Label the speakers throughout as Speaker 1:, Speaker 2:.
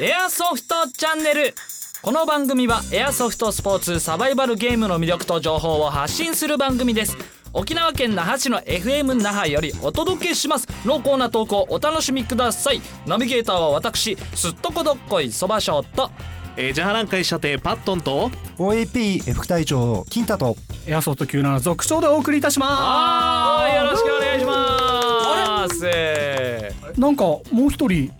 Speaker 1: エアソフトチャンネルこの番組はエアソフトスポーツサバイバルゲームの魅力と情報を発信する番組です沖縄県那覇市の FM 那覇よりお届けします濃厚な投稿お楽しみくださいナビゲーターは私すっとこどっこいそばショット
Speaker 2: えー、ジャハラン会社亭パットンと
Speaker 3: OAP 副隊長金太と
Speaker 4: エアソフト97続賞でお送りいたしま
Speaker 1: はいよろしくお願いします
Speaker 4: すなんかもう一人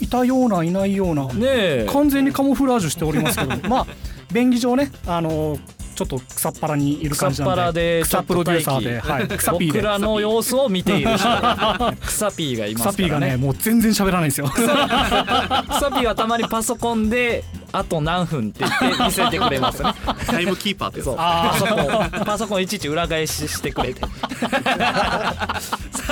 Speaker 4: いたようないないような
Speaker 1: ねえ
Speaker 4: 完全にカモフラージュしておりますけ どまあ便宜上ねあのちょっと草っぱらにいる
Speaker 1: 草
Speaker 4: 感
Speaker 1: っ
Speaker 4: じ
Speaker 1: ぱ
Speaker 4: な
Speaker 1: ら
Speaker 4: んで
Speaker 1: で
Speaker 4: 草プロデューサー
Speaker 1: ちょ
Speaker 4: で、
Speaker 1: っと
Speaker 4: は
Speaker 1: 待
Speaker 4: い、
Speaker 1: 機
Speaker 4: 草ピー
Speaker 1: 僕
Speaker 4: で
Speaker 1: らの様子を見ている人 草ピーがいま
Speaker 4: 草
Speaker 1: すか
Speaker 4: ピー
Speaker 1: ら
Speaker 4: がね
Speaker 1: ね
Speaker 4: もう全然喋らない んですよ
Speaker 1: 草ピーはたまにパソコンであと何分って言って見せてくれますね
Speaker 2: タイムキーパーってやつ
Speaker 1: そうパ
Speaker 4: あ
Speaker 1: ソコンパソコンいちいち裏返ししてくれてさ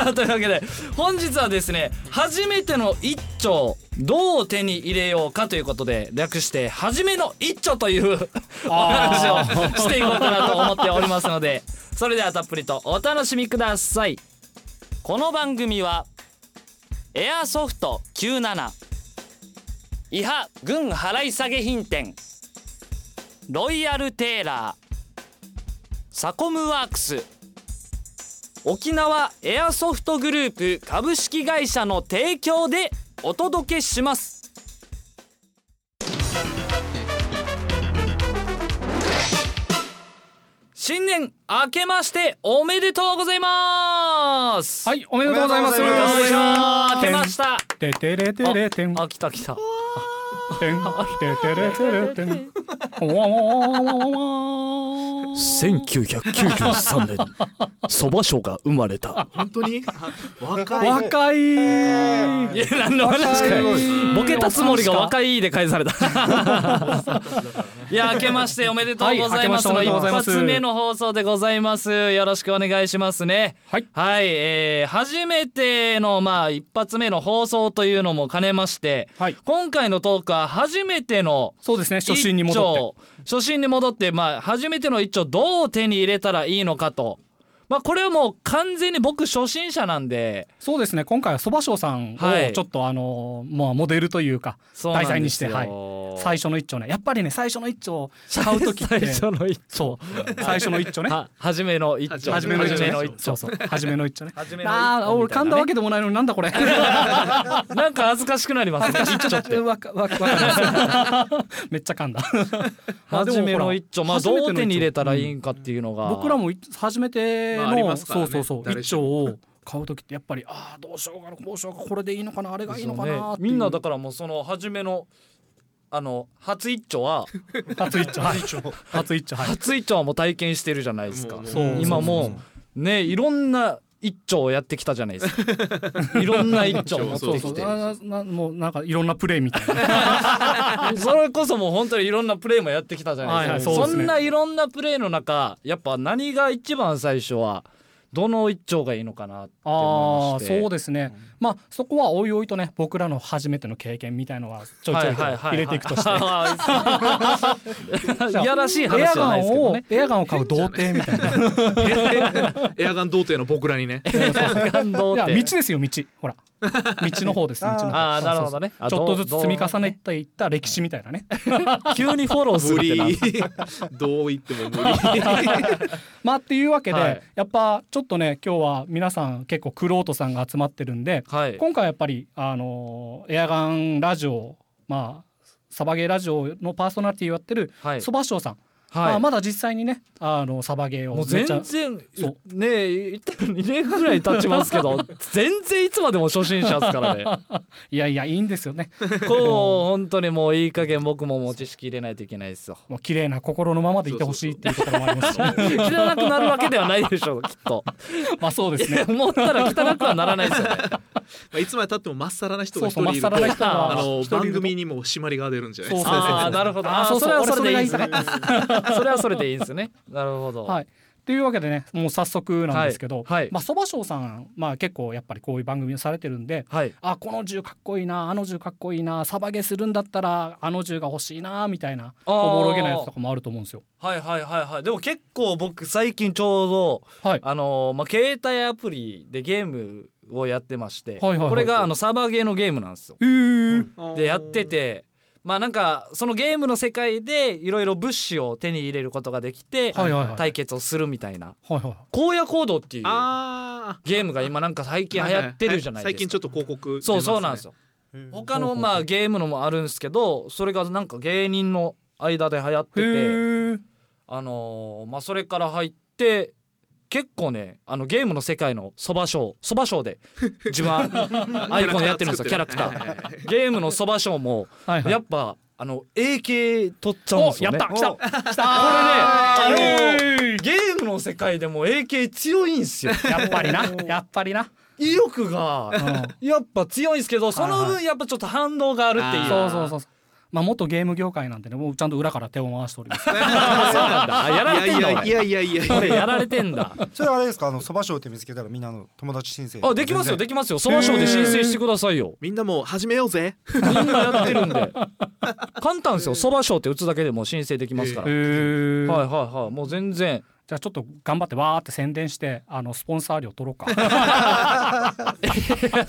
Speaker 1: あというわけで本日はですね初めての一丁どう手に入れようかということで略して初めの一丁というお話をしていこうかなと思っておりますのでそれではたっぷりとお楽しみくださいこの番組はエアソフト97伊波軍払い下げ品店ロイヤルテーラーサコムワークス沖縄エアソフトグループ株式会社の提供でお届けします新年明けましておめでとうございます
Speaker 4: はいおめでとうございます
Speaker 3: おめでとうござい
Speaker 1: 明けました
Speaker 4: ててれてれてん
Speaker 1: あ来た来た
Speaker 4: てんててれてれてんわわわわわわわ
Speaker 1: 1993年そば賞が生まれた
Speaker 2: 本当にあ若い
Speaker 4: 若い
Speaker 1: いや何の話かよボケたつもりが若いで返されたいや明けましておめでとうございますの
Speaker 4: はい
Speaker 1: 一
Speaker 4: 明けましておめでとうございます
Speaker 1: 発目の放送でございますよろしくお願いしますね
Speaker 4: はい
Speaker 1: えー初めてのまあ一発目の放送というのも兼ねまして、
Speaker 4: はい
Speaker 1: 今回のトークは初めての
Speaker 4: そうですね初心に戻っ
Speaker 1: 一
Speaker 4: て
Speaker 1: 丁初心に戻ってまあ初めての一丁どう手に入れたらいいのかとまあこれはもう完全に僕初心者なんで
Speaker 4: そうですね今回はそばしょうさんを
Speaker 1: はい
Speaker 4: ちょっとあの、まあモデルというか
Speaker 1: そうなんですよ
Speaker 4: 題材にしてはい最初の一丁ねやっぱりね最初の一丁を買う時って
Speaker 1: 最初の一
Speaker 4: そう最初の一丁ね
Speaker 1: は初めの一丁
Speaker 4: 初めの一丁ね
Speaker 1: 初めの一
Speaker 4: そうそう初めの一丁 ね
Speaker 1: 初めの一丁
Speaker 4: ああー俺噛んだわけでもないのになんだこれ
Speaker 1: なんか恥ずかしくなりますね一 丁って
Speaker 4: わかわかわかります めっちゃ噛んだまあでも
Speaker 1: 初めの一丁まあ
Speaker 4: 初
Speaker 1: ど
Speaker 4: めての一
Speaker 1: う
Speaker 4: 丁
Speaker 1: 手に入れたらいいんかっていうのが
Speaker 4: 僕らもい初めての、
Speaker 2: まあありますから
Speaker 4: そ
Speaker 2: ね
Speaker 4: うそうそう
Speaker 2: 誰
Speaker 4: 一
Speaker 2: しも
Speaker 4: 丁を買う時ってやっぱりああどうしようかなこうしようかこれでいいのかなあれがいいのかなっていう
Speaker 1: みんなだからもうその初めのあの初一丁は
Speaker 4: 初一丁はい初一丁はい
Speaker 1: 初一丁はもう体験してるじゃないですか
Speaker 2: もう
Speaker 4: そう
Speaker 1: 今もうねいろんな一丁をやってきたじゃないです かいろんな一丁を持ってきて
Speaker 4: あーなもうなんかいろんなプレイみたいな
Speaker 1: それこそもう本当にいろんなプレーもやってきたじゃないですか、
Speaker 4: はいはいそうで
Speaker 1: そ
Speaker 4: すね
Speaker 1: んないろんなプレーの中やっぱ何が一番最初はどの一丁がいいのかなって思い
Speaker 4: あ
Speaker 1: ま
Speaker 4: ー
Speaker 1: して
Speaker 4: そうですね、まあそこはおいおいとね僕らの初めての経験みたいのはちょいちょいと入れていくとして、
Speaker 1: していやらしい
Speaker 4: エ
Speaker 1: 話
Speaker 4: ア
Speaker 1: じ
Speaker 4: ガ
Speaker 1: ゃないですけ
Speaker 4: ン
Speaker 1: ど
Speaker 4: を
Speaker 1: ね
Speaker 4: エアガンを買う童貞みたいな
Speaker 2: エアガン童貞の僕らにね
Speaker 1: 感動
Speaker 4: い
Speaker 1: っ
Speaker 4: や
Speaker 1: て
Speaker 4: 道ですよ道ほら道の方です道の方
Speaker 1: ああなるほどね
Speaker 4: ちょっとずつ積み重ねていった歴史みたいなね
Speaker 1: あどう急にフォローす
Speaker 2: 無
Speaker 1: るってな
Speaker 2: 理どう言っ ても無理
Speaker 4: まあっていうわけで、
Speaker 1: はい
Speaker 4: やっぱちょっとね今日は皆さん結構クロートさんが集まってるんで
Speaker 1: はい
Speaker 4: 今回はやっぱりあのーエアガンラジオまあサバゲーラジオのパーソナリティをやってる
Speaker 1: はい
Speaker 4: そばしょうさん、ま
Speaker 1: は
Speaker 4: あ、
Speaker 1: い
Speaker 4: まだ実際にねあのサバゲーを
Speaker 1: もう
Speaker 4: めっ
Speaker 1: 全
Speaker 4: ちゃ
Speaker 1: 然
Speaker 4: そう
Speaker 1: ねえ言って2年ぐらい経ちますけ ど全然いつまでも初心者です からね
Speaker 4: いやいやいいんですよね
Speaker 1: こう本当にもういい加減僕ももう知識入れないといけないですよ。
Speaker 4: もう綺麗な心のままでいてほしいっていうところもありますし、
Speaker 1: 汚くなるわけではないで しょうきっと。
Speaker 4: まあそうです
Speaker 1: いや
Speaker 4: ね
Speaker 1: 思ったら汚くはならないですよね。
Speaker 2: まあいつまでたってもまっさらな人
Speaker 4: そ
Speaker 2: が
Speaker 4: う
Speaker 2: 一
Speaker 4: そう
Speaker 2: 人
Speaker 4: ま
Speaker 2: い
Speaker 4: っ
Speaker 2: る
Speaker 4: さ
Speaker 2: と
Speaker 4: らな人が
Speaker 2: あの
Speaker 4: 一人い
Speaker 2: 番
Speaker 4: ると
Speaker 2: 組にも締まりが出るんじゃないです
Speaker 4: そうそうそう
Speaker 2: か
Speaker 1: ああなるほど。
Speaker 4: あー
Speaker 1: あー
Speaker 4: そう
Speaker 1: そ
Speaker 4: そう
Speaker 1: れはそれでいいですね
Speaker 4: 俺。
Speaker 1: それはそれでいいですね。なるほど。
Speaker 4: はい。というわけでね、もう早速なんですけど、
Speaker 1: はいはい
Speaker 4: まあそばしょうさん、まあ結構やっぱりこういう番組をされてるんで、
Speaker 1: はい。
Speaker 4: あこの銃かっこいいな、あの銃かっこいいな、サバゲするんだったらあの銃が欲しいなみたいな
Speaker 1: あー
Speaker 4: おぼろげなやつとかもあると思うんですよ。
Speaker 1: はいはいはいはい。でも結構僕最近ちょうど
Speaker 4: はい。
Speaker 1: あのーまあ携帯アプリでゲームをやってまして、
Speaker 4: はいはいはい
Speaker 1: これがあのサーバーゲーのゲームなんですよ。
Speaker 4: えー、
Speaker 1: でやっててまあなんかそのゲームの世界でいろいろ物資を手に入れることができて
Speaker 4: はいはいはい
Speaker 1: 対決をするみたいな
Speaker 4: はいはい
Speaker 1: 荒野行動っていう
Speaker 2: あー
Speaker 1: ゲームが今なんか最近流行ってるじゃないですか。
Speaker 2: 最近ちょっと広告
Speaker 1: そうそうなんです
Speaker 2: よ
Speaker 1: よ。他のまあゲームのもあるんですけどそれがなんか芸人の間で流行って
Speaker 4: へ
Speaker 1: て
Speaker 4: ー
Speaker 1: あのーまあそれから入って結構ねあのゲームの世界のそばショーそばショー で自分はアイコンやってるんですよキャラクターゲームのそばショーも
Speaker 4: はいはい
Speaker 1: やっぱあの AK 取っちゃうんですよね
Speaker 4: おやった来た
Speaker 1: お来たこれねあの
Speaker 4: へー
Speaker 1: ゲームの世界でも AK 強いんすよ
Speaker 4: やっぱりなやっぱりな、
Speaker 1: 威力が
Speaker 4: うん、
Speaker 1: やっぱ強いんですけどその
Speaker 4: はい
Speaker 1: 分やっぱちょっと反動があるっていう
Speaker 4: そ うそうそうそうまあ元ゲーム業界なんでねもうちゃんと裏から手を回しております
Speaker 1: そうなんだ。あやられてん
Speaker 2: い
Speaker 1: だ。
Speaker 2: やいやいやいやい
Speaker 1: 俺
Speaker 2: や
Speaker 1: これやられてんだ。
Speaker 3: それはあれですかあのそば賞って見つけたらみんなの友達申請
Speaker 1: あ、できますよ、
Speaker 3: 全然
Speaker 1: できますよ。そば賞で申請してくださいよ。
Speaker 2: みんなもう始めようぜ
Speaker 1: みんなやってるん で。簡単ですよ。そば賞って打つだけでもう申請できますから。
Speaker 4: へ
Speaker 1: はい
Speaker 4: ー
Speaker 1: はいはい。もう全然。
Speaker 4: じゃあちょっと頑張ってわーって宣伝してあのスポンサー料取ろう か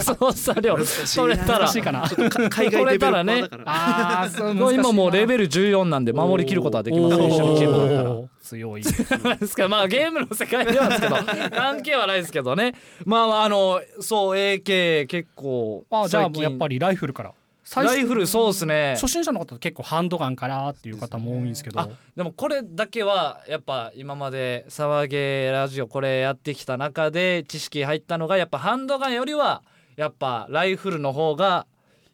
Speaker 1: そうさ量取れたら
Speaker 4: 難し。いかな
Speaker 2: ちょっとか海外レベルパーだから
Speaker 4: ああそう
Speaker 1: もう
Speaker 4: 難しいな
Speaker 1: 今もうレベル14なんで守りきることはできますね一緒のチームだから。
Speaker 4: おー強い
Speaker 1: なんです かまあゲームの世界ではですけど 関係はないですけどねまあまああのそう AK 結構
Speaker 4: あじゃあもうやっぱ
Speaker 1: り
Speaker 4: りライフルから最初
Speaker 1: ライフルそうですね
Speaker 4: 初心者の方結構ハンドガンからっていう方も多いんですけど
Speaker 1: あでもこれだけはやっぱ今まで「騒げラジオ」これやってきた中で知識入ったのがやっぱハンドガンよりはやっぱライフルの方が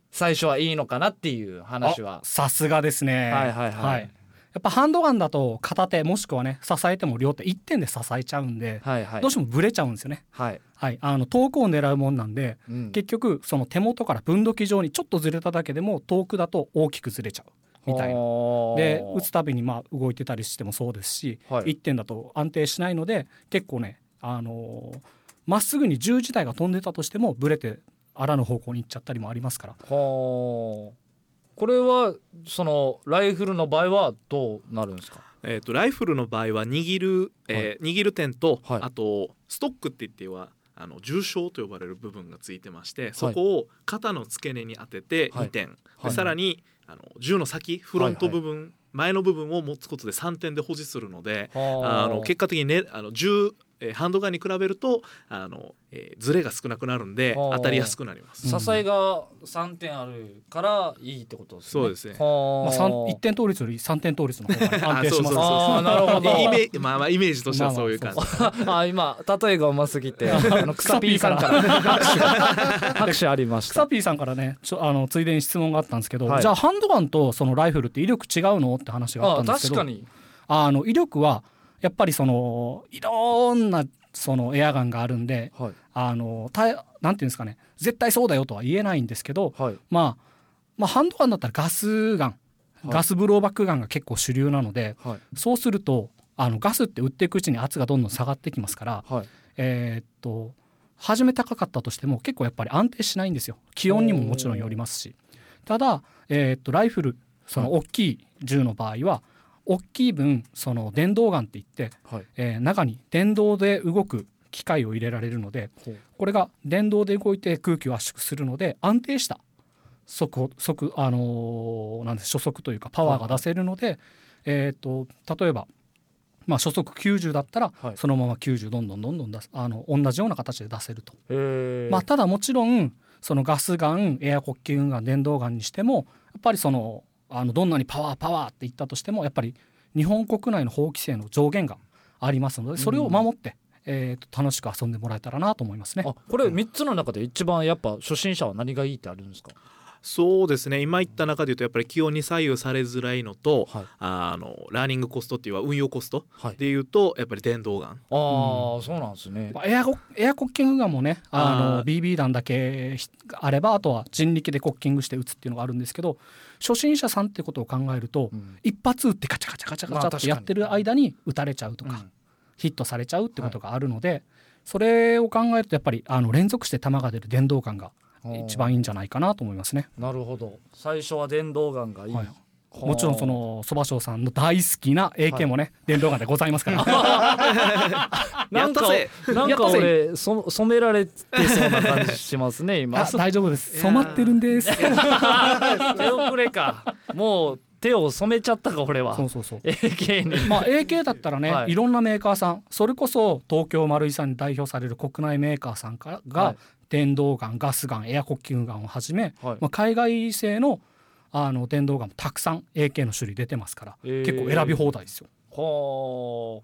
Speaker 1: 最初はいいのかなっていう話
Speaker 4: あ
Speaker 1: は。
Speaker 4: さすがですね
Speaker 1: はいはいはい
Speaker 4: やっぱハンドガンだと片手もしくはね支えても両手一点で支えちゃうんで、
Speaker 1: はいはい
Speaker 4: どうしてもブレちゃうんですよね
Speaker 1: はい、
Speaker 4: はいあの遠くを狙うもんなんで
Speaker 1: うん
Speaker 4: 結局その手元から分度器上にちょっとずれただけでも遠くだと大きくずれちゃうみたいな。
Speaker 1: ほー
Speaker 4: で打つたびにまあ動いてたりしてもそうですし、
Speaker 1: はい
Speaker 4: 一点だと安定しないので結構ねあのーまっすぐに銃自体が飛んでたとしてもブレてあらぬ方向に行っちゃったりもありますから
Speaker 1: ほーこれはそのライフルの場合はどうなるんですか
Speaker 2: えー、とライフルの場合は握る、えー握る点と、
Speaker 1: はい
Speaker 2: あとストックって言ってはあの重傷と呼ばれる部分がついてましてそこを肩の付け根に当てて
Speaker 1: はい
Speaker 2: 2点、
Speaker 1: はい
Speaker 2: でさらにあの銃の先フロント部分、前の部分を持つことで3点で保持するのであの結果的に、ね、あの銃えーハンドガンに比べるとあの、えーズレが少なくなるんで
Speaker 1: はあ
Speaker 2: 当たりやすくなります。
Speaker 1: 支えが3点あるからいいってことですね
Speaker 2: そうですね
Speaker 1: ほ
Speaker 4: まあ、
Speaker 1: ー
Speaker 4: 三1点倒立より3点倒立 の方が安定しま
Speaker 1: そう
Speaker 4: す
Speaker 1: そうあーなるほど
Speaker 2: イメージまあまあイメージとしてはそういう感じ。
Speaker 1: あ今例えがうますぎてあの草
Speaker 4: 草
Speaker 1: P
Speaker 4: P
Speaker 1: さ
Speaker 4: さ
Speaker 1: ん
Speaker 4: ん
Speaker 1: か
Speaker 4: からら
Speaker 1: 拍手が拍手ありまし
Speaker 4: 草
Speaker 1: た。
Speaker 4: ピーさんからねちょあのついでに質問があったんですけど、
Speaker 1: はい
Speaker 4: じゃあハンドガンとそのライフルって威力違うのって話があ
Speaker 1: あ
Speaker 4: ったんで
Speaker 1: 確
Speaker 4: すけど
Speaker 1: かに。
Speaker 4: あの威力はやっぱりそのいろんなそのエアガンがあるんで
Speaker 1: はい
Speaker 4: あのたなんていうんですかね絶対そうだよとは言えないんですけど、
Speaker 1: はい
Speaker 4: まあ、まあハンドガンだったらガスガン、
Speaker 1: い
Speaker 4: ガスブローバックガンが結構主流なので
Speaker 1: はい
Speaker 4: そうするとあのガスって売っていくうちに圧がどんどん下がってきますから、
Speaker 1: はい。
Speaker 4: えーっと初め高かったとしても結構やっぱり安定しないんですよ気温にももちろんよりますしただ、えーっとライフルその大きい銃の場合は大きい分その電動ガンっていって、
Speaker 1: はい
Speaker 4: えー中に電動で動く機械を入れられるのでこれが電動で動いて空気を圧縮するので安定した速速あのーなんです初速というかパワーが出せるので、えー、と例えば、まあ、初速90だったら、
Speaker 1: はい
Speaker 4: そのまま90どんどんどんどん出すあの同じような形で出せると、
Speaker 1: へえ。
Speaker 4: まあ、ただもちろんそのガスガンエアコッキングガン電動ガンにしてもやっぱりそのあのどんなにパワーパワーって言ったとしてもやっぱり日本国内の法規制の上限がありますのでそれを守って、えーと楽しく遊んでもらえたらなと思いますね。
Speaker 1: あこれ三つの中で一番やっぱ初心者は何がいいってあるんですか。
Speaker 2: そうですね今言った中で言うとやっぱり気温に左右されづらいのと、
Speaker 1: はい
Speaker 2: あのラーニングコストっていうのは運用コスト
Speaker 1: はい。
Speaker 2: でいうとやっぱり電動ガン
Speaker 1: ああそうなんですね。
Speaker 4: まあエアコエアコッキングガンもねあの
Speaker 2: あー
Speaker 4: BB 弾だけひあればあとは人力でコッキングして撃つっていうのがあるんですけど初心者さんってことを考えると、
Speaker 1: うん
Speaker 4: 一発撃ってカチャカチャカチャカ
Speaker 1: まあ
Speaker 4: チャ
Speaker 1: 確か
Speaker 4: って
Speaker 1: に
Speaker 4: やってる間に撃たれちゃうとか、
Speaker 1: うん
Speaker 4: ヒットされちゃうってことがあるので、それを考えるとやっぱりあの連続して弾が出る電動感が一番いいんじゃないかなと思いますね。
Speaker 1: なるほど。最初は電動ガンがいい。
Speaker 4: はい
Speaker 1: ほう
Speaker 4: もちろんそのそばしょうさんの大好きな AK もね、電動ガンでございますから
Speaker 1: なんか
Speaker 2: やった
Speaker 1: なん
Speaker 4: やっ
Speaker 1: か
Speaker 4: たぜ
Speaker 1: 俺そ染められてそうな感じしますね今
Speaker 4: あ 大丈夫です
Speaker 2: いやー
Speaker 4: 染まってるんです
Speaker 1: 手遅れかもう手を染めちゃったか俺は
Speaker 4: そうそうそう
Speaker 1: AK に
Speaker 4: まあ AK だったらね、
Speaker 1: はい
Speaker 4: い、ろんなメーカーさんそれこそ東京マルイさんに代表される国内メーカーさんからが、
Speaker 1: はい
Speaker 4: 電動ガンガスガンエアコッキングガンをはじめ、
Speaker 1: はい
Speaker 4: まあ、海外製のあの電動ガンもたくさん AK の種類出てますから、
Speaker 1: えー
Speaker 4: 結構選び放題ですよ。
Speaker 1: はあ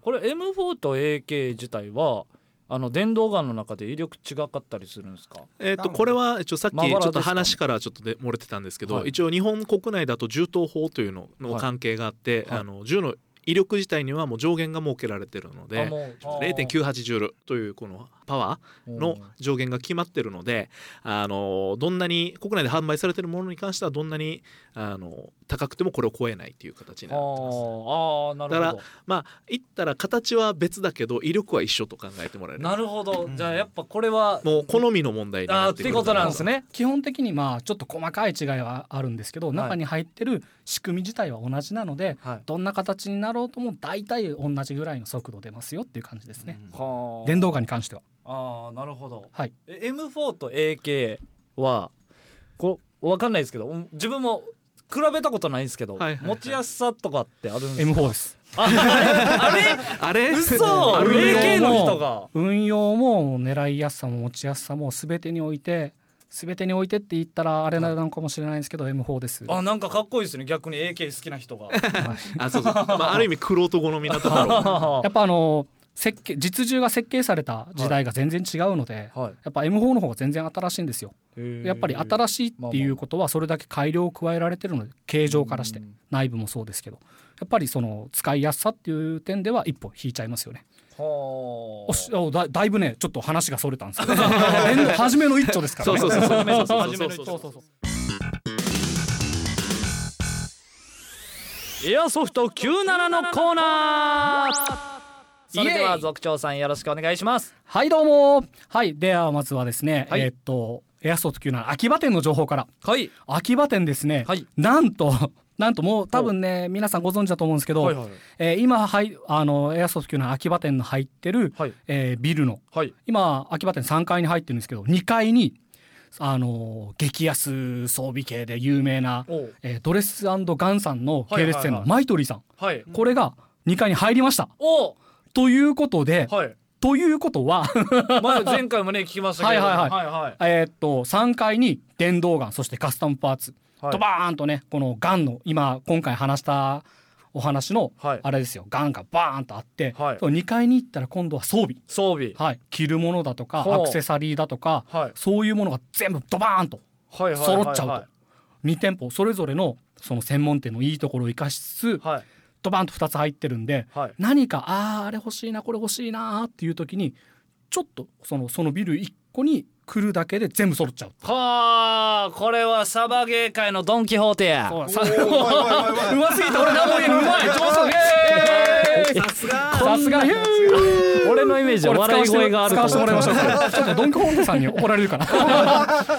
Speaker 1: これ M4 と AK 自体はあの電動ガンの中で威力違かったりするんですか
Speaker 2: えっとこれは一応さっき
Speaker 1: まば
Speaker 2: ち
Speaker 1: ら
Speaker 2: ょ
Speaker 1: ですか
Speaker 2: っと話からちょっとで漏れてたんですけど、
Speaker 1: はい
Speaker 2: 一応日本国内だと銃刀法というのの関係があって、
Speaker 1: はい
Speaker 2: あの銃の威力自体にはもう上限が設けられてるの
Speaker 1: あ
Speaker 2: で。
Speaker 1: もう
Speaker 2: 0.98ジュールというこのパワーの上限が決まってるのであのどんなに国内で販売されてるものに関してはどんなにあの高くてもこれを超えないという形にな
Speaker 1: は
Speaker 2: ってます。
Speaker 1: ああーなるほ
Speaker 2: だ
Speaker 1: ど
Speaker 2: かまあ言ったら形は別だけど威力は一緒と考えてもらえる
Speaker 1: なるほど、
Speaker 3: うん
Speaker 1: じゃあやっぱこれは
Speaker 2: もう好みの問題に
Speaker 1: あ
Speaker 2: な
Speaker 1: ーっ
Speaker 2: っ
Speaker 1: てて
Speaker 2: くる
Speaker 1: ことなんですね
Speaker 4: 基本的にまあちょっと細かい違いはあるんですけど
Speaker 1: い
Speaker 4: 中に入ってる仕組み自体は同じなので、
Speaker 1: はい
Speaker 4: どんな形になろうとも大体同じぐらいの速度出ますよっていう感じですね、
Speaker 1: はあ
Speaker 4: 電動ガンに関しては
Speaker 1: ああなるほど、
Speaker 4: はい
Speaker 1: え M4 と AK はこわかんないですけどうん自分も比べたことないんですけど、
Speaker 2: はいはいはい
Speaker 1: 持ちやすさとかってあるんですか
Speaker 4: M4 です
Speaker 1: ああれ
Speaker 2: あ
Speaker 1: あ
Speaker 2: れ
Speaker 1: れ嘘
Speaker 2: あれ
Speaker 1: AK の人が
Speaker 4: 運用も狙いやすさも持ちやすさも全てにおいて全てにおいてって言ったらあれなのかもしれないんですけど M4 です
Speaker 1: あなんかかっこいいですね逆に AK 好きな人 が
Speaker 2: あそうそう、まあ、ある意味クロート好みな ところ
Speaker 1: は
Speaker 4: やっぱあの設計実銃が設計された時代が全然違うので、やっぱ M4 の方が全然新しいんですよ
Speaker 1: い
Speaker 4: やっぱり新しいっていうことはそれだけ改良を加えられてるので形状からして
Speaker 1: うん
Speaker 4: 内部もそうですけどやっぱりその使いやすさっていう点では一歩引いちゃいますよね
Speaker 1: は
Speaker 4: おしおだだいぶねちょっと話がそれたん ですけど連動初めの一丁ですから
Speaker 2: そう
Speaker 4: ね
Speaker 2: そうそうそうそうそう
Speaker 1: 初めの一
Speaker 2: そう
Speaker 1: 丁エアソフト97のコーナーそれで
Speaker 4: イエ
Speaker 1: は
Speaker 4: イ
Speaker 1: 族長さんよろしくお願いします
Speaker 4: はいどうもはいではまずはですね、
Speaker 1: はい
Speaker 4: えーっとエアソフト級の秋葉店の情報から
Speaker 1: はい
Speaker 4: 秋葉店ですね、
Speaker 1: はい
Speaker 4: なんとなんともう多分ね皆さんご存知だと思うんですけど、
Speaker 1: はい
Speaker 4: えー今はいあのエアソフト級の秋葉店の入ってる、
Speaker 1: はい
Speaker 4: えービルの
Speaker 1: はい
Speaker 4: 今秋葉店3階に入ってるんですけど2階にあの激安装備系で有名な、
Speaker 1: おう
Speaker 4: えードレスガンさんの系列
Speaker 1: は
Speaker 4: 店
Speaker 1: いはいは
Speaker 4: の
Speaker 1: い
Speaker 4: マイトリーさん
Speaker 1: はい
Speaker 4: これが2階に入りました
Speaker 1: おう
Speaker 4: ということで
Speaker 1: はい
Speaker 4: ということは
Speaker 1: 前前回もね聞きましたけど
Speaker 4: はいはい
Speaker 1: はいはい
Speaker 4: えーっと3階に電動ガンそしてカスタムパーツ
Speaker 1: はい
Speaker 4: ドバーンとねこのガンの今今回話したお話の
Speaker 1: はい
Speaker 4: あれですよガンがバーンとあって
Speaker 1: はい
Speaker 4: 2階に行ったら今度は装備
Speaker 1: 装備
Speaker 4: はい着るものだとか
Speaker 1: ほう
Speaker 4: アクセサリーだとか
Speaker 1: はい
Speaker 4: そういうものが全部ドバーンと
Speaker 1: はいはいはい
Speaker 4: 揃っちゃうと2店舗それぞれのその専門店のいいところを生かしつつ
Speaker 1: はい
Speaker 4: ドバンと2つ入ってるんで
Speaker 1: はい
Speaker 4: 何かあああれ欲しいなこれ欲しいなーっていう時にちょっとそのそのビル1個に来るだけで全部揃っちゃう。
Speaker 1: はあこれはサバゲー界のドン・キホーテや
Speaker 4: そう
Speaker 3: おいおいおいおいおい
Speaker 4: うますぎて俺何も言えないうまい上手
Speaker 2: さすが
Speaker 4: さすが
Speaker 1: 俺のイメージは笑い声がある
Speaker 4: 使わせてもらいましょ
Speaker 1: う
Speaker 4: うちょっとドン・キホーテさんに怒られるから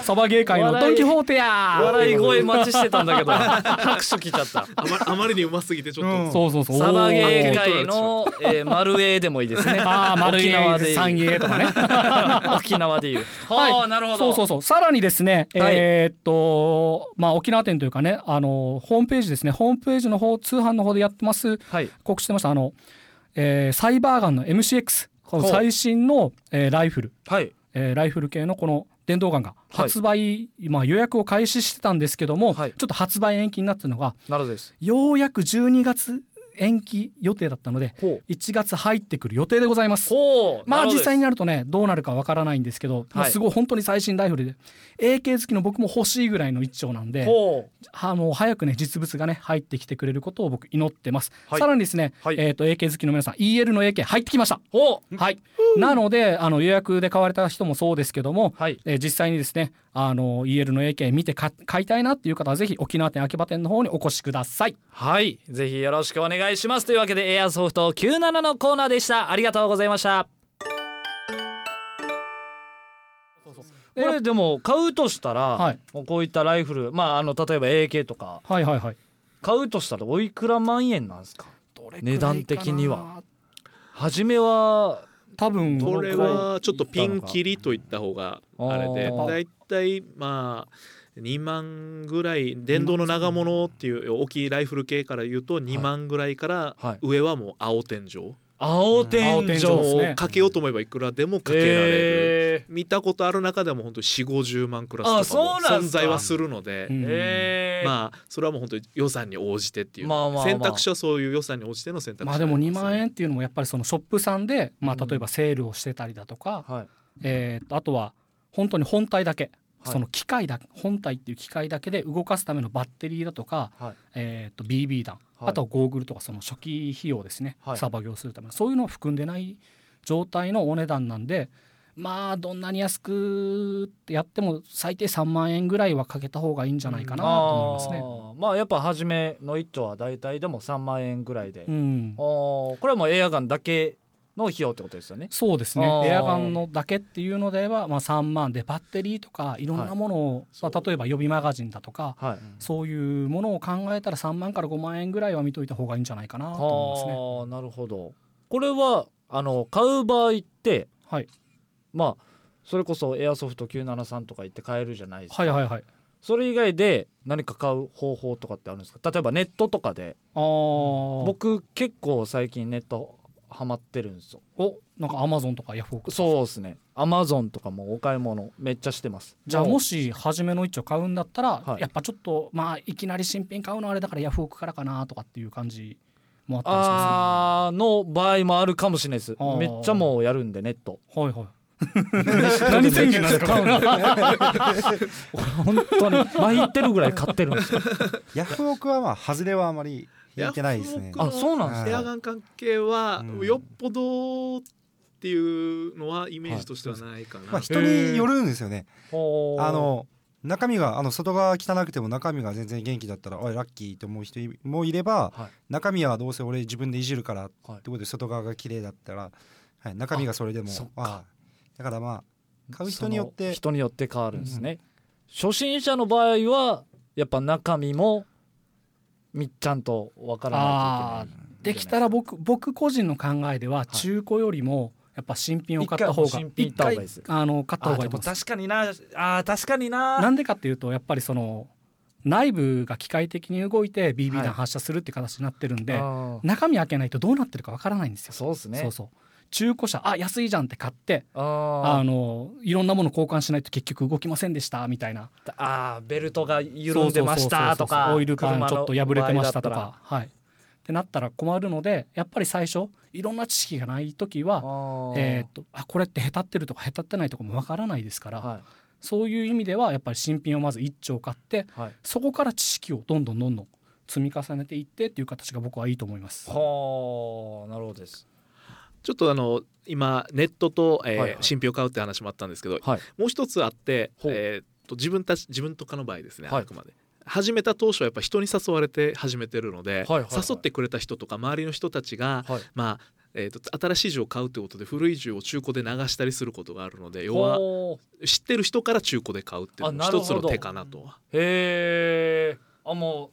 Speaker 4: サバゲー界のドン・キホーテやー
Speaker 1: 笑い声待ちしてたんだけ ど拍手来ちゃった
Speaker 2: あまあまりにうますぎてちょっと、
Speaker 3: うん
Speaker 4: そうそうそう
Speaker 1: サバゲー界の、えー、マルエーでもいいですね
Speaker 4: ああ丸
Speaker 1: 沖縄
Speaker 4: い
Speaker 1: で
Speaker 4: 三
Speaker 1: 言う
Speaker 4: 芸とかね
Speaker 1: 沖縄でいう
Speaker 4: はい
Speaker 1: はあなるほど
Speaker 4: そうそうそうさらにですね、
Speaker 1: はい
Speaker 4: えーっとまあ沖縄店というかねあのホームページですねホームページの方通販の方でやってます
Speaker 1: はい
Speaker 4: 告知してましたあの、えーサイバーガンの MCX この
Speaker 1: ほう
Speaker 4: 最新の、えーライフル、
Speaker 1: はい
Speaker 4: えーライフル系のこの電動ガンが
Speaker 1: はい
Speaker 4: 発売、まあ予約を開始してたんですけども、
Speaker 1: はい
Speaker 4: ちょっと発売延期になってるのが
Speaker 1: なるほどです
Speaker 4: ようやく12月延期予定だったので
Speaker 1: ほう
Speaker 4: 1月入ってくる予定でございます
Speaker 1: ほう
Speaker 4: ま
Speaker 1: な
Speaker 4: あ
Speaker 1: るほどで
Speaker 4: 実
Speaker 1: す
Speaker 4: 際になるとねどうなるかわからないんですけど、まあ
Speaker 1: はい
Speaker 4: すごい本当に最新ライフルで AK 好きの僕も欲しいぐらいの一丁なんで
Speaker 1: ほう
Speaker 4: あの早くね実物がね入ってきてくれることを僕祈ってます、
Speaker 1: はい
Speaker 4: さらにですね、
Speaker 1: はい
Speaker 4: えー、と AK 好きの皆さん EL の AK 入ってきました
Speaker 1: ほう
Speaker 4: はいなのであの予約で買われた人もそうですけども、
Speaker 1: はい
Speaker 4: えー実際にですねあの EL の AK 見てか買いたいなっていう方はぜひ沖縄店秋葉店の方にお越しください
Speaker 1: はいぜひよろしくお願いしますというわけでエアソフト97のコーナーでしたありがとうございましたこれでも買うとしたら、
Speaker 4: はい
Speaker 1: もうこういったライフルまああの例えば AK とか
Speaker 4: はいはいはい
Speaker 1: 買うとしたらおいくら万円なんですか
Speaker 4: どれくらいかな
Speaker 1: 値段的には初めは
Speaker 4: 多分
Speaker 2: これはちょっとピ
Speaker 4: いい
Speaker 2: ン
Speaker 4: かな
Speaker 2: キリといった方があれ
Speaker 1: あ
Speaker 2: で
Speaker 1: ー
Speaker 2: だいたいまあ2万ぐらい電動の長物っていう大きいライフル系から言うと2万ぐらいから
Speaker 1: はい
Speaker 2: 上はもう青天井
Speaker 1: 青天井
Speaker 4: 青天井そうです
Speaker 2: も
Speaker 4: ね
Speaker 2: うかけようと思えばいくらでもかけられる
Speaker 1: え
Speaker 2: 見たことある中でも本当に4 5 0万クラスと
Speaker 1: あそう
Speaker 2: か
Speaker 1: な
Speaker 2: も
Speaker 1: ん
Speaker 2: 存
Speaker 1: すか
Speaker 2: 在はするので
Speaker 4: う。ん
Speaker 1: ーえー
Speaker 2: まあそれはもう本当に予算に応じてっていう、
Speaker 1: まあまあまあ
Speaker 2: 選択肢はそういう予算に応じての選択肢
Speaker 4: まあでも2万
Speaker 2: 円
Speaker 4: 円っていうのもやっぱりそのショップさんで、ま
Speaker 1: う
Speaker 4: あ、
Speaker 1: ん
Speaker 4: 例えばセールをしてたりだとか、
Speaker 1: はい
Speaker 4: えーとあとは本当に本体だけ、
Speaker 1: はい
Speaker 4: その機械だ本体っていう機械だけで動かすためのバッテリーだとか、
Speaker 1: はい
Speaker 4: えーと BB 弾、
Speaker 1: はい
Speaker 4: あとはゴーグルとかその初期費用ですね、
Speaker 1: はい
Speaker 4: サーバー業をするためのそういうのを含んでない状態のお値段なんでまあどんなに安くってやっても最低3万円ぐらいはかけた方がいいんじゃないかなと思いますね。
Speaker 1: あーまあやっぱ初めの一丁は大体でも3万円ぐらいで、
Speaker 4: うん
Speaker 1: おーこれはもうエアガンだけの費用ってことですよね
Speaker 4: そうです
Speaker 1: あー
Speaker 4: ねエアガンのだけっていうのでは、まあ、3万でバッテリーとかいろんなものを、まあ、例えば予備マガジンだとか
Speaker 1: はい
Speaker 4: そういうものを考えたら3万から5万円ぐらいは見といた方がいいんじゃないかなと思いますね。
Speaker 1: はあなるほどこれはあの買う場合って
Speaker 4: はい、
Speaker 1: まあそれこそエアソフト973とか言って買えるじゃないですか、
Speaker 4: はいはいはい
Speaker 1: それ以外で何か買う方法とかってあるんですか例えばネットとかで
Speaker 4: あー
Speaker 1: 僕結構最近ネットハマってるんですよ
Speaker 4: おなんかアマゾンとかヤフオク
Speaker 1: そうですねアマゾンとかもお買い物めっちゃしてます
Speaker 4: じゃあ
Speaker 1: もう
Speaker 4: もし初めの一丁買うんだったら、
Speaker 1: はい
Speaker 4: やっぱちょっとまあいきなり新品買うのはあれだからヤフオクからかなとかっていう感じもあったりし
Speaker 1: あ
Speaker 4: ま
Speaker 1: ーの場合もあるかもしれないです
Speaker 4: あー
Speaker 1: めっちゃもうやるんでネット
Speaker 4: すね。はい はい何宣言なんですか
Speaker 1: 本当に参ってるぐらい買ってるんですよ
Speaker 3: ヤフオクはまあ外れはあまり引いてないですね
Speaker 2: ヤフオク
Speaker 1: あそうなんです
Speaker 3: はい
Speaker 1: ね
Speaker 2: エアガン関係は
Speaker 3: うん
Speaker 2: よっぽどっていうのはイメージとしてはないかな、
Speaker 3: まあ人によるんですよね
Speaker 1: ほー
Speaker 3: あの中身があの外側汚くても中身が全然元気だったらおいラッキーと思う人もいれば、
Speaker 1: はい
Speaker 3: 中身はどうせ俺自分でいじるからって
Speaker 1: はい
Speaker 3: ことで外側が綺麗だったら、はい、中身がそれでも
Speaker 1: あそっか
Speaker 3: あだからまあ買う人によっ
Speaker 1: その
Speaker 3: て
Speaker 1: 人によって変わるんですね、初心者の場合はやっぱ中身もみっちゃんとわからないといけない
Speaker 4: できたら僕僕個人の考えでは中古よりもやっぱ新品を買った方
Speaker 1: 一回
Speaker 4: が
Speaker 1: もう新品行った方がいいです
Speaker 4: 一回あの買った
Speaker 1: あ
Speaker 4: 方がい
Speaker 1: で
Speaker 4: いと
Speaker 1: も
Speaker 4: 思います
Speaker 1: 確かになあー確かにな
Speaker 4: なんでかっていうとやっぱりその内部が機械的に動いて BB 弾発射するって形になってるんで、
Speaker 1: あー
Speaker 4: 中身開けないとどうなってるかわからないんですよ。
Speaker 1: そうですね
Speaker 4: そうそう中古車あ安いじゃんって買ってあ
Speaker 1: あー
Speaker 4: のいろんなもの交換しないと結局動きませんでしたみたいな
Speaker 1: あーベルトが緩んでまし
Speaker 4: そう
Speaker 1: た
Speaker 4: そ
Speaker 1: と
Speaker 4: うそうそう
Speaker 1: か
Speaker 4: オイルパンちょっと破れてましたと
Speaker 1: 車の場合だっ
Speaker 4: かはいってなったら困るのでやっぱり最初いろんな知識がない時
Speaker 1: たら
Speaker 4: は
Speaker 1: あー
Speaker 4: えーっとあこれってへたってるとかへたってないとかもわからないですから、
Speaker 1: は
Speaker 4: そういう意味ではやっぱり新品をまず1丁買って
Speaker 1: いはい
Speaker 4: そこから知識をどんどんどんどん積み重ねていってっていう形が僕はいいと思います。
Speaker 1: はあなるほどです
Speaker 2: ちょっとあの今ネットと、えー
Speaker 1: はいはい
Speaker 2: 新品を買うって話もあったんですけど、
Speaker 1: はい
Speaker 2: もう一つあって、
Speaker 1: ほう
Speaker 2: えーっと自分たち自分とかの場合ですね、
Speaker 1: はい
Speaker 2: あくまで。始めた当初はやっぱ人に誘われて始めてるので、
Speaker 1: はいはいはい
Speaker 2: 誘ってくれた人とか周りの人たちが、
Speaker 1: はい
Speaker 2: まあえー、と新しい銃を買うってことで古い銃を中古で流したりすることがあるので要は
Speaker 1: ほう
Speaker 2: 知ってる人から中古で買うっていうのも
Speaker 1: あなる
Speaker 2: 一
Speaker 1: ほ
Speaker 2: つ
Speaker 1: ど
Speaker 2: の手かなとは
Speaker 1: へえあも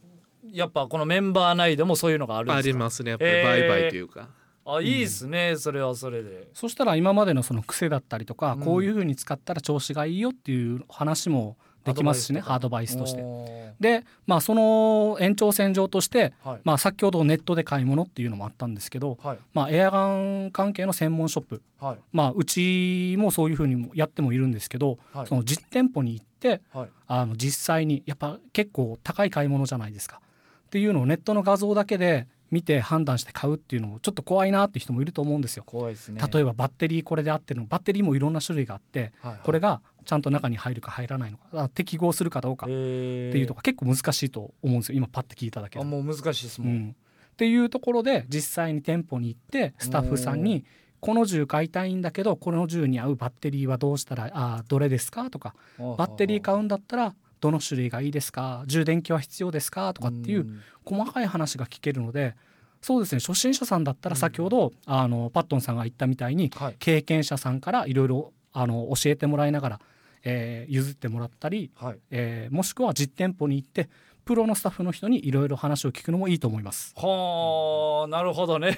Speaker 1: うやっぱこのメンバー内でもそういうのがあるんですか
Speaker 2: ありますねやっぱり
Speaker 1: えー
Speaker 2: 売買というか、
Speaker 1: あいいですね、それはそれで
Speaker 4: そしたら今までのその癖だったりとか、
Speaker 1: うん
Speaker 4: こういう風に使ったら調子がいいよっていう話もできますしね
Speaker 1: ア
Speaker 4: アドバイスとして。
Speaker 1: お
Speaker 4: でまあその延長線上として、
Speaker 1: ーはい、
Speaker 4: まあ、先ほどネットで買い物っていうのもあったんですけど、
Speaker 1: はい
Speaker 4: まあ、エアガン関係の専門ショップ、
Speaker 1: はい
Speaker 4: まあ、うちもそういう風にもやってもいるんですけど、
Speaker 1: はい
Speaker 4: その実店舗に行って
Speaker 1: はい
Speaker 4: あの実際にやっぱ結構高い買い物じゃないですかっていうのをネットの画像だけで見て判断して買うっていうのもちょっと怖いなって人もいると思うんですよ。
Speaker 1: 怖いですね
Speaker 4: 例えばバッテリーこれで合ってるのバッテリーもいろんな種類があって
Speaker 1: ば、はい
Speaker 4: これがちゃんと中に入るか入らないのかあ適合するかどうか
Speaker 1: えー
Speaker 4: っていうとか結構難しいと思うんですよ今パッて聞いただけで
Speaker 1: あ。もう難しいです
Speaker 4: う
Speaker 1: もん、
Speaker 4: ん、っていうところで実際に店舗に行ってスタッフさんに「この銃買いたいんだけどこの銃に合うバッテリーはどうしたらあどれですか?」とか「バッテリー買うんだったらどの種類がいいですか充電器は必要ですか?」と
Speaker 1: と
Speaker 4: かっていう細かい話が聞けるのでそうですね初心者さんだっ
Speaker 1: う
Speaker 4: たら
Speaker 1: ん
Speaker 4: 先ほど、あのパットンさんが言ったみたいに
Speaker 1: はい
Speaker 4: 経験者さんからいろいろあの教えてもらいながらえー譲ってもらったり、
Speaker 1: はい
Speaker 4: えーもしくは実店舗に行ってプロのスタッフの人にいろいろ話を聞くのもいいと思います。
Speaker 1: はあなるほどね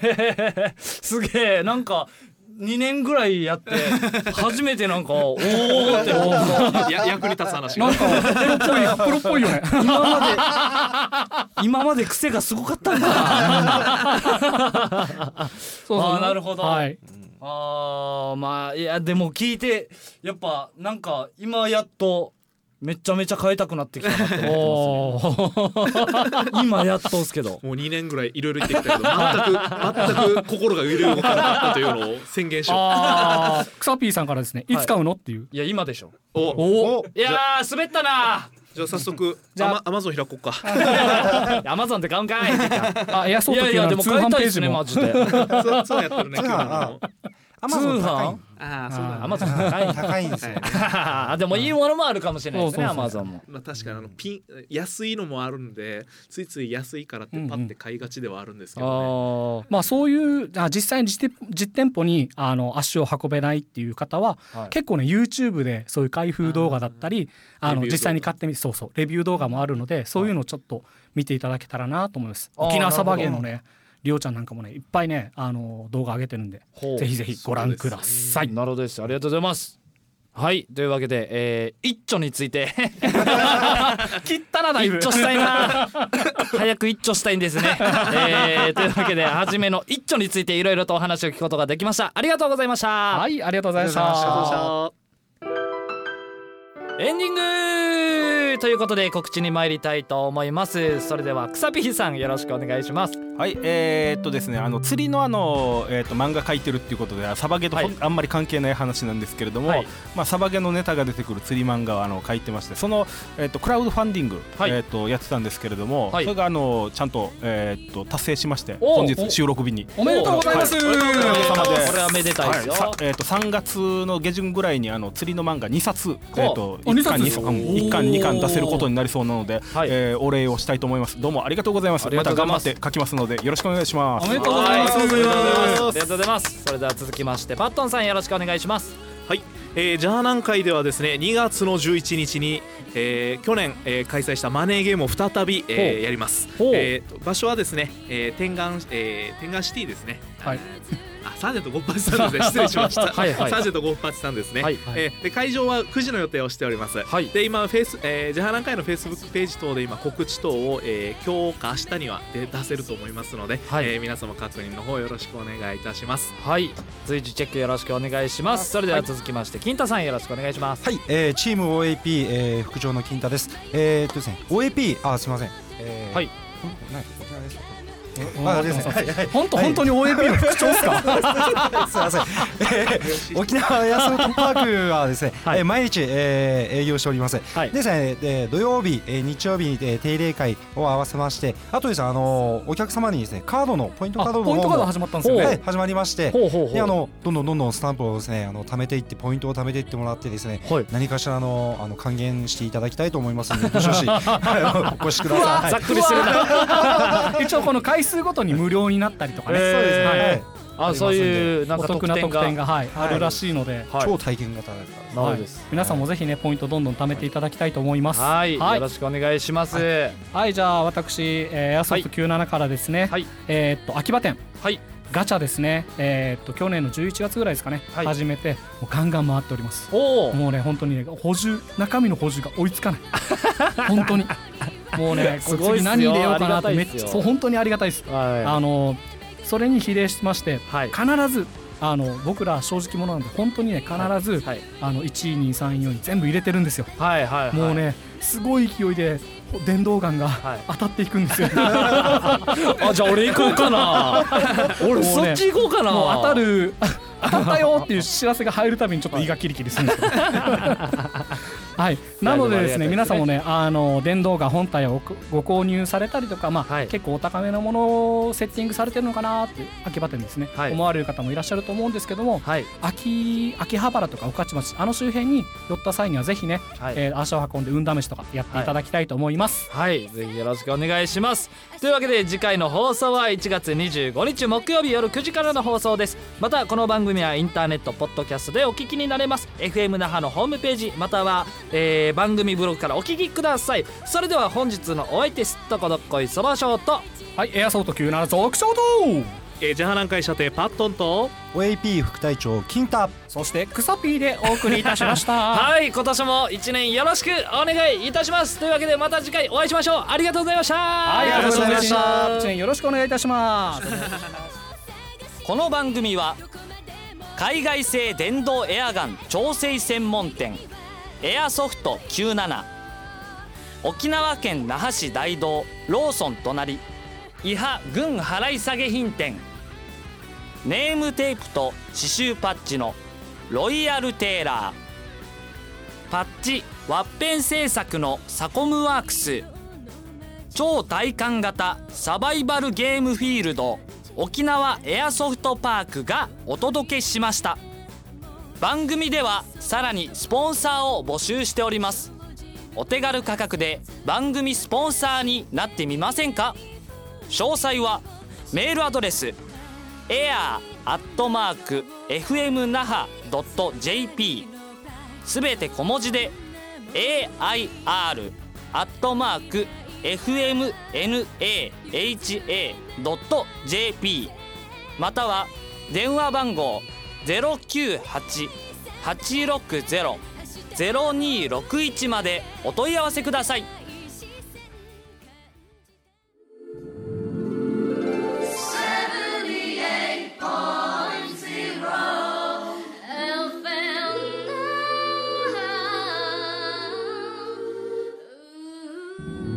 Speaker 1: すげえなんか2年ぐらいやって初めてなんかおおーって
Speaker 2: や役に立つ話
Speaker 4: な
Speaker 2: が
Speaker 4: んかプロっぽい よプロっぽいよね。
Speaker 1: 今まで今まで癖がすごかったんだ
Speaker 4: そうそう
Speaker 1: あーなるほど
Speaker 4: はい。
Speaker 1: あーまあいやでも聞いてやっぱなんか今やっとめちゃめちゃ変えたくなってきたなって思ってますね今やっとっすけど
Speaker 2: もう2年ぐらいいろいろ言ってきたけど全く全く心が揺れ動かなかったというのを宣言しよ
Speaker 4: ああ、草ピーさんからですね。いつ買うのっていう。
Speaker 1: いや今でしょ
Speaker 2: うお
Speaker 4: おお。
Speaker 1: いやー滑ったな
Speaker 2: じゃあ早速
Speaker 4: じ
Speaker 2: ア
Speaker 4: ゃ
Speaker 2: マアマゾン開こうか
Speaker 1: アマゾンで買うんかい
Speaker 4: あ、エアソ
Speaker 1: い
Speaker 4: フト
Speaker 1: や
Speaker 4: っ
Speaker 1: い
Speaker 4: て
Speaker 1: やで
Speaker 4: いうのは
Speaker 1: も
Speaker 4: 通
Speaker 1: 買い
Speaker 4: 販
Speaker 1: たい
Speaker 4: ペー
Speaker 1: です
Speaker 4: ジ
Speaker 1: ね
Speaker 4: も
Speaker 1: マ。ジで
Speaker 2: そうそうやってるね
Speaker 3: 通
Speaker 2: 今日
Speaker 3: 販
Speaker 2: の
Speaker 3: アマゾン高い
Speaker 2: ああ
Speaker 4: そうだね
Speaker 1: アマゾン
Speaker 3: ん
Speaker 1: 高いな
Speaker 3: 高いんですよね
Speaker 1: あでもいいものもあるかもしれないですねア
Speaker 4: そうそ
Speaker 1: マ
Speaker 4: うそ
Speaker 1: ゾ
Speaker 4: う
Speaker 1: ンも
Speaker 2: まあ確かにあのピン安いのもあるんでついつい安いからってパッて買いがちではあるんですけど
Speaker 1: あ
Speaker 2: ね、
Speaker 4: まあそういうあ実際に実店実店舗にあの足を運べないっていう方は、
Speaker 1: はい
Speaker 4: 結構ね YouTube でそういう開封動画だったり
Speaker 2: あー
Speaker 4: あの
Speaker 2: レビュー動画
Speaker 4: 実際に買ってみそうそうレビュー動画もあるのでそういうのをちょっと見ていただけたらなと思います。
Speaker 1: あー
Speaker 4: 沖縄サバゲーのねりょうちゃんなんかもねいっぱいねあの動画上げてるんで
Speaker 1: ほう
Speaker 4: ぜひぜひご覧ください。
Speaker 1: なるほどですありがとうございますはいというわけで、えー、一丁について
Speaker 4: 切った なだいぶ
Speaker 1: 一丁したい な早く一丁したいんですね、えー、というわけで初めの一丁についていろいろとお話を聞くことができましたありがとうございました、
Speaker 4: はいありがとうございました
Speaker 3: ありがとうございました
Speaker 1: エンディングということで告知に参りたいと思いますそれでは草ピーさんよろしくお願いします
Speaker 5: はい、えー、っとですね、あの釣りのあの、えーっと漫画描いてるっていうことで、サバゲとほん、
Speaker 1: はい
Speaker 5: あんまり関係ない話なんですけれども、
Speaker 1: はい
Speaker 5: まあサバゲのネタが出てくる釣り漫画をあの描いてまして、そのえーっとクラウドファンディング、
Speaker 1: はい
Speaker 5: えーっとやってたんですけれども、
Speaker 1: はい
Speaker 5: それがあのちゃんとえーっと達成しまして、
Speaker 1: お
Speaker 5: 本
Speaker 1: お
Speaker 5: 日収録日に。
Speaker 4: おめでとうございます。
Speaker 5: はいおめでとうございますおかげさまで
Speaker 1: これはめでたいですよ、
Speaker 5: さえー、と3月の下旬ぐらいにあの釣りの漫画2冊、えー、と
Speaker 4: あ
Speaker 5: 1巻
Speaker 4: 二
Speaker 5: ,2
Speaker 4: 冊
Speaker 5: 巻一巻2巻出せることになりそうなので、
Speaker 1: はい
Speaker 5: えーお礼をしたいと思いますどうもありがとうございます
Speaker 1: ありが
Speaker 5: ま
Speaker 1: とう
Speaker 5: た
Speaker 1: ござい
Speaker 5: 頑張
Speaker 1: ま
Speaker 5: っ
Speaker 1: す
Speaker 5: て書きますのでよろしくお願いします
Speaker 4: おめでとうございます。
Speaker 2: はい
Speaker 1: ありがとうございます。それでは続きましてパットンさんよろしくお願いします。
Speaker 2: はい、えー、ジャーナン会ではですね2月の11日に、えー去年、えー開催したマネーゲームを再び、え
Speaker 1: ほう
Speaker 2: ーやります、
Speaker 1: ほう
Speaker 2: えーと場所はですね、えー、天眼、えー、天眼シティですね
Speaker 4: はい
Speaker 2: あサージェントゴッパチさんで すね失礼しました
Speaker 1: はいはい
Speaker 2: サージェントゴッパチさんですね、
Speaker 1: はいはい
Speaker 2: えーで会場は9時の予定をしております、
Speaker 1: はい
Speaker 2: で今フェイス、えー、ジャーナン会のフェイスブックページ等で今告知等を、えー今日か明日にはで出せると思いますので、
Speaker 1: はい
Speaker 2: えー皆様確認の方よろしくお願いいたします
Speaker 1: はい、随時チェックよろしくお願いします。それでは続きまして金太さんよろしくお願いします。
Speaker 3: はい、えーチーム OAP、えー副長の金太です。えーっとですね、OAP、あ、すみません。えー
Speaker 1: はい
Speaker 3: この子。なんか沖縄ですかああれですねはいはい
Speaker 4: 本当
Speaker 3: はい
Speaker 4: 本当に OAP の副長っすか。
Speaker 3: すいません。沖縄ヤスオトパークはですね、
Speaker 1: はい
Speaker 3: えー毎日、えー営業しております。
Speaker 1: はい
Speaker 3: でですね、えー土曜日、えー日曜日に、えー定例会を合わせまして、あとですね、あのーお客様にですね、カードのポイントカー
Speaker 4: あ
Speaker 3: ドの
Speaker 4: ポイントカード
Speaker 3: 方も
Speaker 4: 始まったんですよ
Speaker 3: は
Speaker 4: ね
Speaker 3: い。始まりまして、
Speaker 1: ほうほうほう。
Speaker 3: であのどんどんどんどんスタンプをですねあの貯めていってポイントを貯めていってもらってですね
Speaker 1: はい。
Speaker 3: 何かしらのあの還元していただきたいと思いますのでどし どしあのお越しくだ さい。
Speaker 1: ざっくりするな。
Speaker 4: 一応この回数ごとに無料になったりとかね。
Speaker 1: えー
Speaker 3: そうですね、
Speaker 1: は
Speaker 3: はいい
Speaker 1: あ、そういうなん
Speaker 4: お
Speaker 1: か
Speaker 4: 得
Speaker 1: 特
Speaker 4: な
Speaker 1: 典
Speaker 4: 特
Speaker 1: が。
Speaker 4: 典がはいあるらしいので。
Speaker 1: はい。
Speaker 3: 超体験型だか
Speaker 1: な
Speaker 3: ら
Speaker 1: るほどです。
Speaker 4: 皆さんもぜひねポイントどんどん貯めていただきたいと思います。
Speaker 1: はい、
Speaker 4: は
Speaker 1: よ
Speaker 4: い
Speaker 1: ろ、しくお願いします。
Speaker 4: はいじゃあ私、えー、アソット97からですね。
Speaker 1: はい
Speaker 4: えーっと秋葉店。
Speaker 1: はい
Speaker 4: ガチャですね。えーっと去年の11月ぐらいですかね。
Speaker 1: はい
Speaker 4: 始めてもうガンガン回っております。
Speaker 1: おお。
Speaker 4: もうね本当にね補充中身の補充が追いつかない 本当にもうねこ
Speaker 1: す
Speaker 4: れ
Speaker 1: ごいっ
Speaker 4: 次
Speaker 1: すよ
Speaker 4: 何入れようかな
Speaker 1: あ
Speaker 4: と
Speaker 1: り
Speaker 4: め
Speaker 1: が
Speaker 4: った
Speaker 1: いっすよ
Speaker 4: ちゃそう本当にありがたいです、
Speaker 1: は
Speaker 4: あのそれに比例しまして
Speaker 1: い。はい。
Speaker 4: 必ずあの僕ら正直者なんで本当にね必ず、
Speaker 1: はい。
Speaker 4: あの1位2位3位4位全部入れてるんですよ、
Speaker 1: はい。はい。
Speaker 4: もう。ねすごい勢いでほ電動ガンが
Speaker 1: はい
Speaker 4: 当たっていくんで すよ、
Speaker 1: あ、じゃあ俺行こうかな。 俺
Speaker 4: もう
Speaker 1: そっ
Speaker 4: ね
Speaker 1: ち行こうかな。
Speaker 4: も う当た。る当たったよっていう知らせが入るたびにちょっと胃がキリキリするんですけどあはい、なのでです
Speaker 1: だい
Speaker 4: ね
Speaker 1: ぶありが
Speaker 4: 皆
Speaker 1: た
Speaker 4: さ
Speaker 1: い
Speaker 4: ん
Speaker 1: ですね
Speaker 4: もねあの電動が本体をご購入されたりとか、まあ
Speaker 1: はい
Speaker 4: 結構お高めのものをセッティングされてるのかなって秋葉店ですね、
Speaker 1: はい
Speaker 4: 思われる方もいらっしゃると思うんですけども
Speaker 1: はい
Speaker 4: 秋秋葉原とか御徒町あの周辺に寄った際にはぜひね、
Speaker 1: はい、
Speaker 4: えー足を運んで運試しとかやっていただきたいと思います。
Speaker 1: はい、ぜひよろしくお願いします。というわけで次回の放送は1月25日木曜日夜9時からの放送です。またこの番組はインターネット、ポッドキャストでお聞きになれます。FM 那覇のホームページまたは、えー番組ブログからお聞きください。それでは本日のお相手すっとこどっこいそばショーと
Speaker 4: はい、エアソート97続賞と
Speaker 2: えー、自販会射程パットンと
Speaker 3: OAP 副隊長金太
Speaker 4: そしてクサピーでお送りいたしました。
Speaker 1: はい、今年も1年よろしくお願いいたします。というわけでまた次回お会いしましょう。ありがとうございました。
Speaker 4: は、
Speaker 1: はい
Speaker 4: ありがとうございま
Speaker 3: ありが
Speaker 4: し
Speaker 3: とうござい
Speaker 4: た。一年よろしくお願いいたします。
Speaker 1: この番組は海外製電動エアガン調整専門店エアソフト97沖縄県那覇市大道ローソン隣伊波軍払い下げ品店ネームテープと刺繍パッチのロイヤルテーラーパッチワッペン製作のサコムワークス超体感型サバイバルゲームフィールド沖縄エアソフトパークがお届けしました番組ではさらにスポンサーを募集しておりますお手軽価格で番組スポンサーになってみませんか詳細はメールアドレス air.fmnaha.jp すべて小文字で air.fmnaha.jp または電話番号098-860-0261までお問い合わせください
Speaker 6: 「